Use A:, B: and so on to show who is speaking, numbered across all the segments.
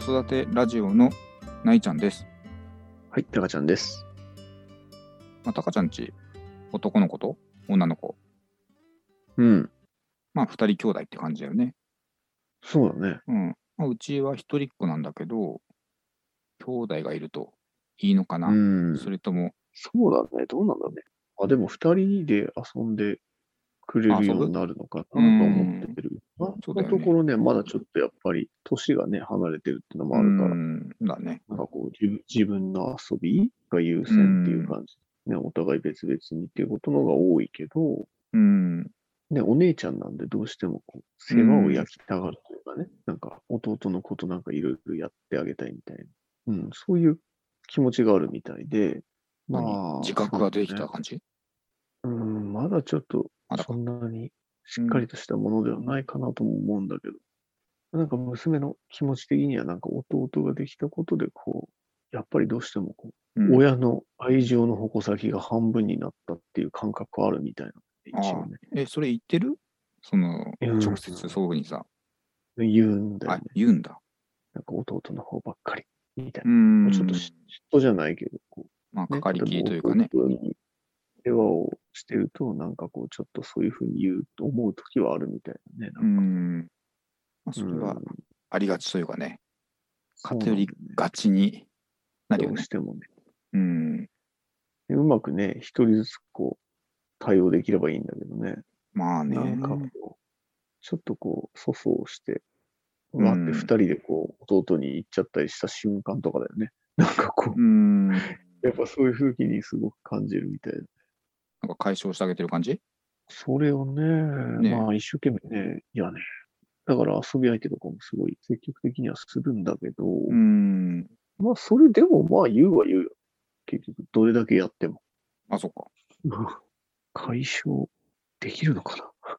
A: 育てラジオのないちゃんです。
B: はい、タカちゃんです。
A: まあ、たかちゃんち、男の子と女の子、
B: うん、
A: まあ、二人兄弟って感じだよね。
B: そうだね。
A: うん。まあ、うちは一人っ子なんだけど、兄弟がいるといいのかな、
B: うん、
A: それとも、
B: そうだね。どうなんだろうね。あ、でも二人で遊んでくれ
A: あ
B: る
A: 遊
B: よ
A: ぶ
B: うになるのかなと思ってる。
A: うん
B: まあ
A: そう
B: そ
A: だ
B: の
A: よね
B: ところね、まだちょっとやっぱり年がね、離れてるってのもあるから、
A: うん、だね。
B: なんかこう自、自分の遊びが優先っていう感じ。ね、お互い別々にっていうことの方が多いけど、
A: うん、
B: ね、お姉ちゃんなんでどうしてもこう、世話を焼きたがるというかね、なんか弟のことなんかいろいろやってあげたいみたいな、うん、そういう気持ちがあるみたいで、まあ、
A: 何自覚ができ
B: そう
A: た
B: ね
A: 感じ、
B: うん、まだちょっと
A: まだか
B: そ。んなにしっかりとしたものではないかなとも思うんだけど、なんか娘の気持ち的にはなんか弟ができたことでこう、やっぱりどうしてもこ
A: う
B: う、
A: ん
B: 親の愛情の矛先が半分になったっていう感覚はあるみたいな、一応ね、
A: え、それ言ってるその、
B: うん
A: 直接そういうふうにさ、
B: 言うんだよ
A: あ
B: ね。、
A: 言うんだ。
B: なんか弟の方ばっかり、みたいうな。
A: ん。
B: ちょっと嫉妬じゃないけど、こ
A: まあ、
B: う、ね
A: かかりきりというかね。。
B: 例えば弟に世話をしてると、なんかこう、ちょっとそういうふうに言うと思う時はあるみたいなね。な
A: うん
B: か
A: ん。まあ、それは
B: うん
A: ありがちというかね、
B: そう
A: 偏りがちにな
B: なんだ
A: る
B: よ
A: よ
B: ねどう
A: ね。
B: してもね。
A: うん。
B: でうまくね、一人ずつこう、対応できればいいんだけどね。
A: まあね。
B: なんかこう、ちょっとこう、粗相して、
A: うん
B: わーって二人でこう、弟に行っちゃったりした瞬間とかだよね。なんかこ
A: う
B: う、
A: ん。 なん
B: やっぱそういう風景にすごく感じるみたいな。
A: か解消してあげてる感じ
B: それをね、
A: ね
B: まあ一生懸命ね、いやね、だから遊び相手とかもすごい積極的にはするんだけど、
A: うん。
B: まあそれでもまあ言うは言うよ。結局、どれだけやっても。
A: あ、そっか。
B: 解消できるのかな、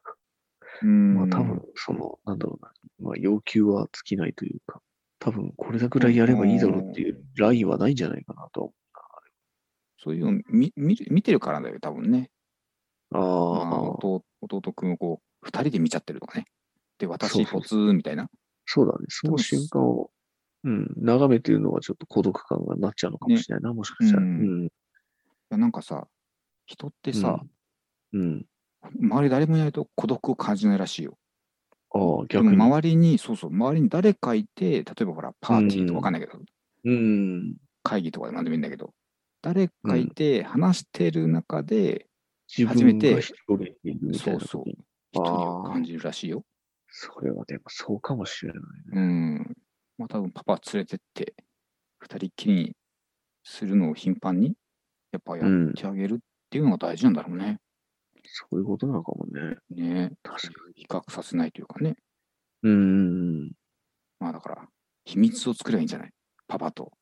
A: うん。
B: まあ多分、その、なんだろうな、まあ要求は尽きないというか、多分これだくらいやればいいだろうっていうラインはないんじゃないかなと
A: そういうの見見る見てるからだよ、多分ね。
B: は
A: まあ、
B: 思う。ああ、
A: 弟弟君をこう、二人で見ちゃってるとかね。で、私、
B: そうそ
A: ポ
B: う
A: ツンみたいな。
B: そうだね。その瞬間を、うん、眺めてるのはちょっと孤独感がなっちゃうのかもしれないな、もしかしたら。
A: う
B: うんん。
A: いやなんかさ、人ってさ、
B: うん。
A: 周り誰もいないと孤独を感じないらしいよ。
B: ああ、
A: で
B: 逆
A: も
B: に。
A: 周りに、そうそう、周りに誰かいて、例えばほら、パーティーとかわかんないけど、
B: うん。
A: 会議とかでも何でもいいんだけど、誰かいて話してる中で、
B: 自
A: 初め
B: 分
A: て
B: が一人でいるみたいな時に。
A: そうそう
B: あ
A: 一
B: ー
A: 人を感じるらしいよ。
B: それはでもそうかもしれないね。
A: うん。まあ多分パパ連れてって、二人っきりにするのを頻繁に、やっぱや
B: うん
A: ってあげるっていうのが大事なんだろうね。
B: そういうことなのかもね。
A: ね
B: 確か
A: 比較させないというかね。
B: に。うん。
A: まあだから、秘密を作ればいいんじゃないパパと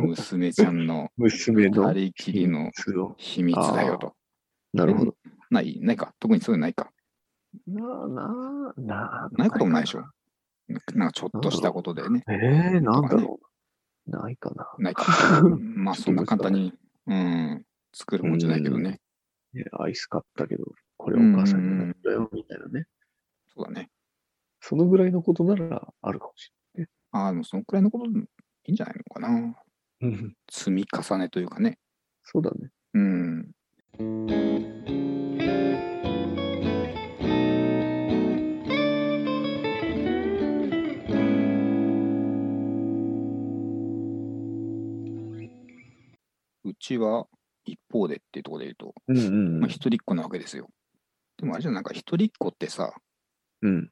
A: 娘ちゃんの
B: 娘
A: 二
B: の
A: 人きりの
B: すごい
A: 秘密だよと。
B: なるほど。
A: ないないか。特にそういうのないか。
B: なあなあなあ。
A: ないこともないでしょ
B: か。
A: なんかちょっとしたことでね。
B: な。ええなんだろう。ないかな。
A: ないか。 まあそんな簡単に、うん、作るもんじゃないけどね。
B: ねアイス買ったけど、これお母さんになったよ、みたいなね。
A: そうだね。
B: そのぐらいのことならあるかもし
A: ああ、でもそのくらいのことでもいいんじゃないのかな。
B: れない。うん。
A: 積み重ねというかね。
B: そうだね。
A: うん。うちは一方でっていうところで言うと、
B: うんうん
A: まあ、一人っ子なわけですよ。でもあれじゃんなんか一人っ子ってさ、
B: うん。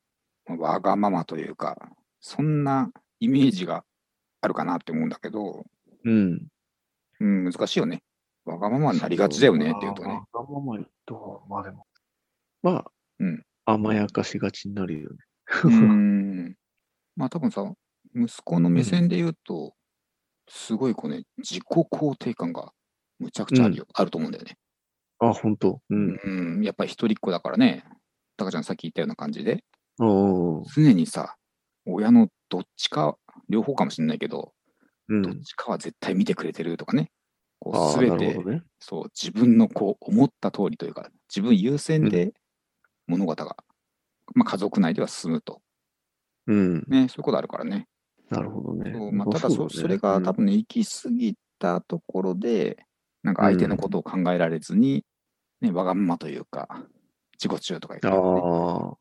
A: まあわがままというか、そんなイメージがあるかなって思うんだけど、
B: うん。
A: うん、難しいよね。わがままになりがちだよねっていうとね。
B: あんまま言うと、まあでも。まあ、
A: うん
B: 甘やかしがちになるよね。
A: うーんまあ多分さ息子の目線で言うと、すごいこうね自己肯定感がむちゃくちゃあるよ、あると思うんだよね。
B: あ、本当。う。
A: うんん、やっぱり一人っ子だからねタカちゃんさっき言ったような感じで
B: おー
A: 常にさ親のどっちか両方かもしれないけど、
B: うん。
A: どっちかは絶対見てくれてるとかねこ
B: あ
A: う
B: ー
A: 全
B: なる
A: て
B: ほどね。
A: そう自分のこう思った通りというか自分優先で物事が、まあ、家族内では進むと
B: うん。
A: ね、そういうことあるからね。
B: なるほどね
A: そう。まあ、ただそ、
B: うね
A: それが多、分ね、行き過ぎたところで、なんか相手のことを考えられずに、ね、わがままというか、自己中とかいうか
B: うん
A: ね、
B: ああ、
A: ま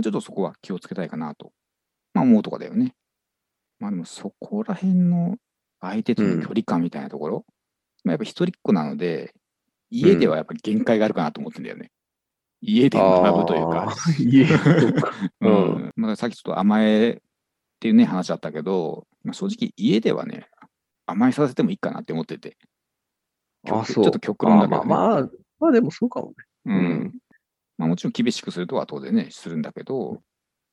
A: あ、ちょっとそこは気をつけたいかなと、まあ、思うとかだよね。まあでもそこら辺の相手との距離感みたいなところ、まあやっぱ一人っ子なので、家ではやっぱ限界があるかなと思ってんだよね。家で学ぶというか、
B: あー。いえ、そうか。
A: う
B: うん
A: んまあ、さっきちょっと甘えっていうね話あったけど、まあ、正直家ではね、甘えさせてもいいかなって思ってて、
B: あ、
A: 極
B: そう。
A: ちょっと極論だけどね
B: あまあまあ、まあでもそうかもね。
A: うん
B: うん
A: まあ、もちろん厳しくするとは当然ね、するんだけど、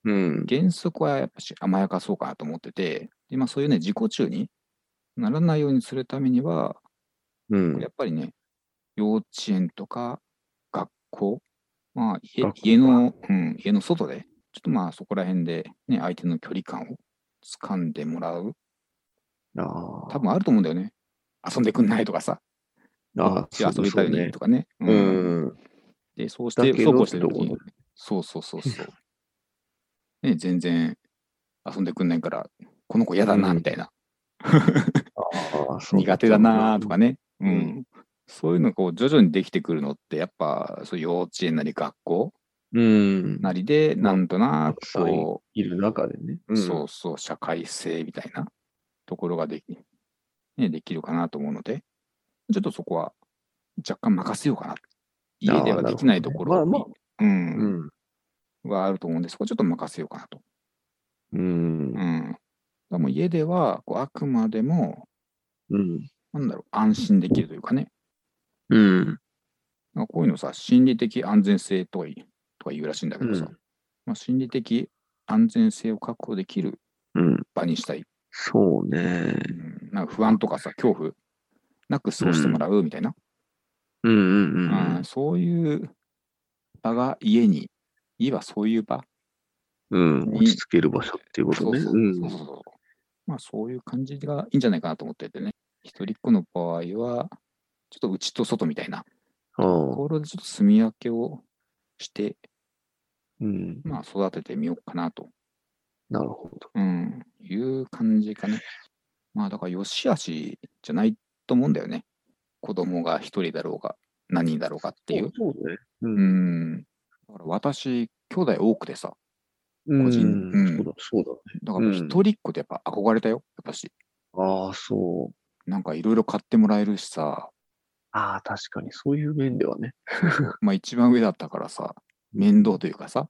B: うん。
A: 原則はやっぱし甘やかそうかなと思ってて、でまあ、そういうね、自己中にならないようにするためには、
B: うん。
A: やっぱりね、幼稚園とか学校、まあ家
B: 学校
A: 家の、うん、家の外で、ちょっとまあそこら辺で、ね、相手の距離感を掴んでもらう、
B: あ
A: 多分あると思うんだよね。遊んでくんないとかさ、
B: あ、ああ、
A: 遊びたいのにと
B: か。
A: かね。
B: そうね
A: うん
B: うん。
A: で、そうし
B: だ
A: て、
B: け
A: そうこ
B: ど
A: うしてる時
B: ってと
A: に
B: こ、
A: そうそうそうそう。ね、全然遊んでくんないから、この子嫌だな、
B: うん
A: みたいな。
B: ああ、そう
A: 苦手だなとか
B: ね。
A: ね、うん
B: うん
A: そういうのがこう徐々にできてくるのってやっぱそういう幼稚園なり学校
B: うん。
A: なりで
B: まあ
A: なんとなく
B: そう
A: こ
B: いる中でね。
A: う、
B: ん
A: そうそう社会性みたいなところができ,、ね、できるかなと思うのでちょっとそこは若干任せようかな家ではできないところ
B: あーなるほどね
A: う
B: まあまあ
A: ん
B: うん。
A: はあると思うんでそこはちょっと任せようかなと。
B: うん
A: う。ん、でもう家ではこうあくまでも
B: うん。
A: なんだろう安心できるというかね
B: うん。
A: まあ、こういうのさ、心理的安全性とかいとか言うらしいんだけどさ、
B: うん
A: まあ、心理的安全性を確保できる
B: うん。
A: 場にしたい。
B: そうね。
A: うんなんか不安とかさ、恐怖なく過ごしてもらうみたいな、
B: うんうんう
A: うん
B: ん
A: そういう場が家に、家はそういう場、
B: うん。うん。落ち着ける場所っていうこ
A: そ
B: と
A: う
B: ね。
A: そう
B: うん
A: そうそうそうまあ、そういう感じがいいんじゃないかなと思っててね、一人っ子の場合は、ちょっと内と外みたいな、
B: あ
A: と
B: あ。
A: ころでちょっと住み分けをして、
B: うん。
A: まあ、育ててみようかなと
B: なるほど。
A: うん、いう感じかね。まあだから、よし悪しじゃないと思うんだよね。子供が一人だろうが、何人だろうがっていう。
B: そうそうね。
A: う
B: う。
A: んん。だから私、兄弟多くてさ、
B: うん
A: 個人うん
B: そうだ、そうだね。
A: だから一人っ子ってやっぱ憧れたよ、やっぱし。
B: ああ、そう。
A: なんかいろいろ買ってもらえるしさ、
B: ああ、確かに、そういう面ではね。
A: まあ一番上だったからさ、面倒というかさ、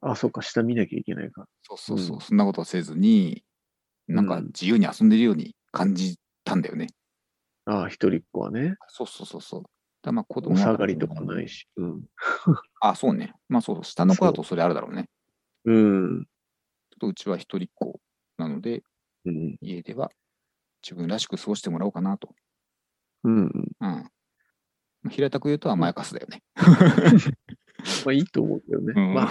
B: あ、そうか、下見なきゃいけないから。
A: そうそうそう、
B: うん
A: そんなことせずに、なんか
B: うん
A: 自由に遊んでるように感じたんだよね。
B: ああ、一人っ子はね、
A: そうそうそうそう。だからまあ子
B: お
A: 供
B: 下がりとか
A: ね。
B: ないし。うん。
A: あ、そうね。まあそうそう、下の子だとそれあるだろうね。
B: うん。
A: ちょっとうちは一人っ子なので、
B: うん。
A: 家では自分らしく過ごしてもらおうかなと。
B: うん。
A: うんまあ平たく言うと甘やかすだよね。
B: まあ、いいと思うけどね。
A: うん
B: まあ、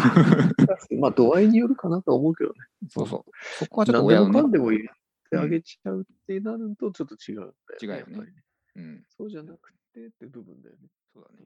B: まあ、度合いによるかなとは思うけどね。
A: そうそう。そこはちょっと
B: 何で
A: 親
B: もか
A: のね、
B: んでもやってあげちゃうってなると、ちょっと違うんだよね。
A: 違うよね
B: やっぱり。
A: うん、
B: そうじゃなくてって部分だよね。
A: そうだね。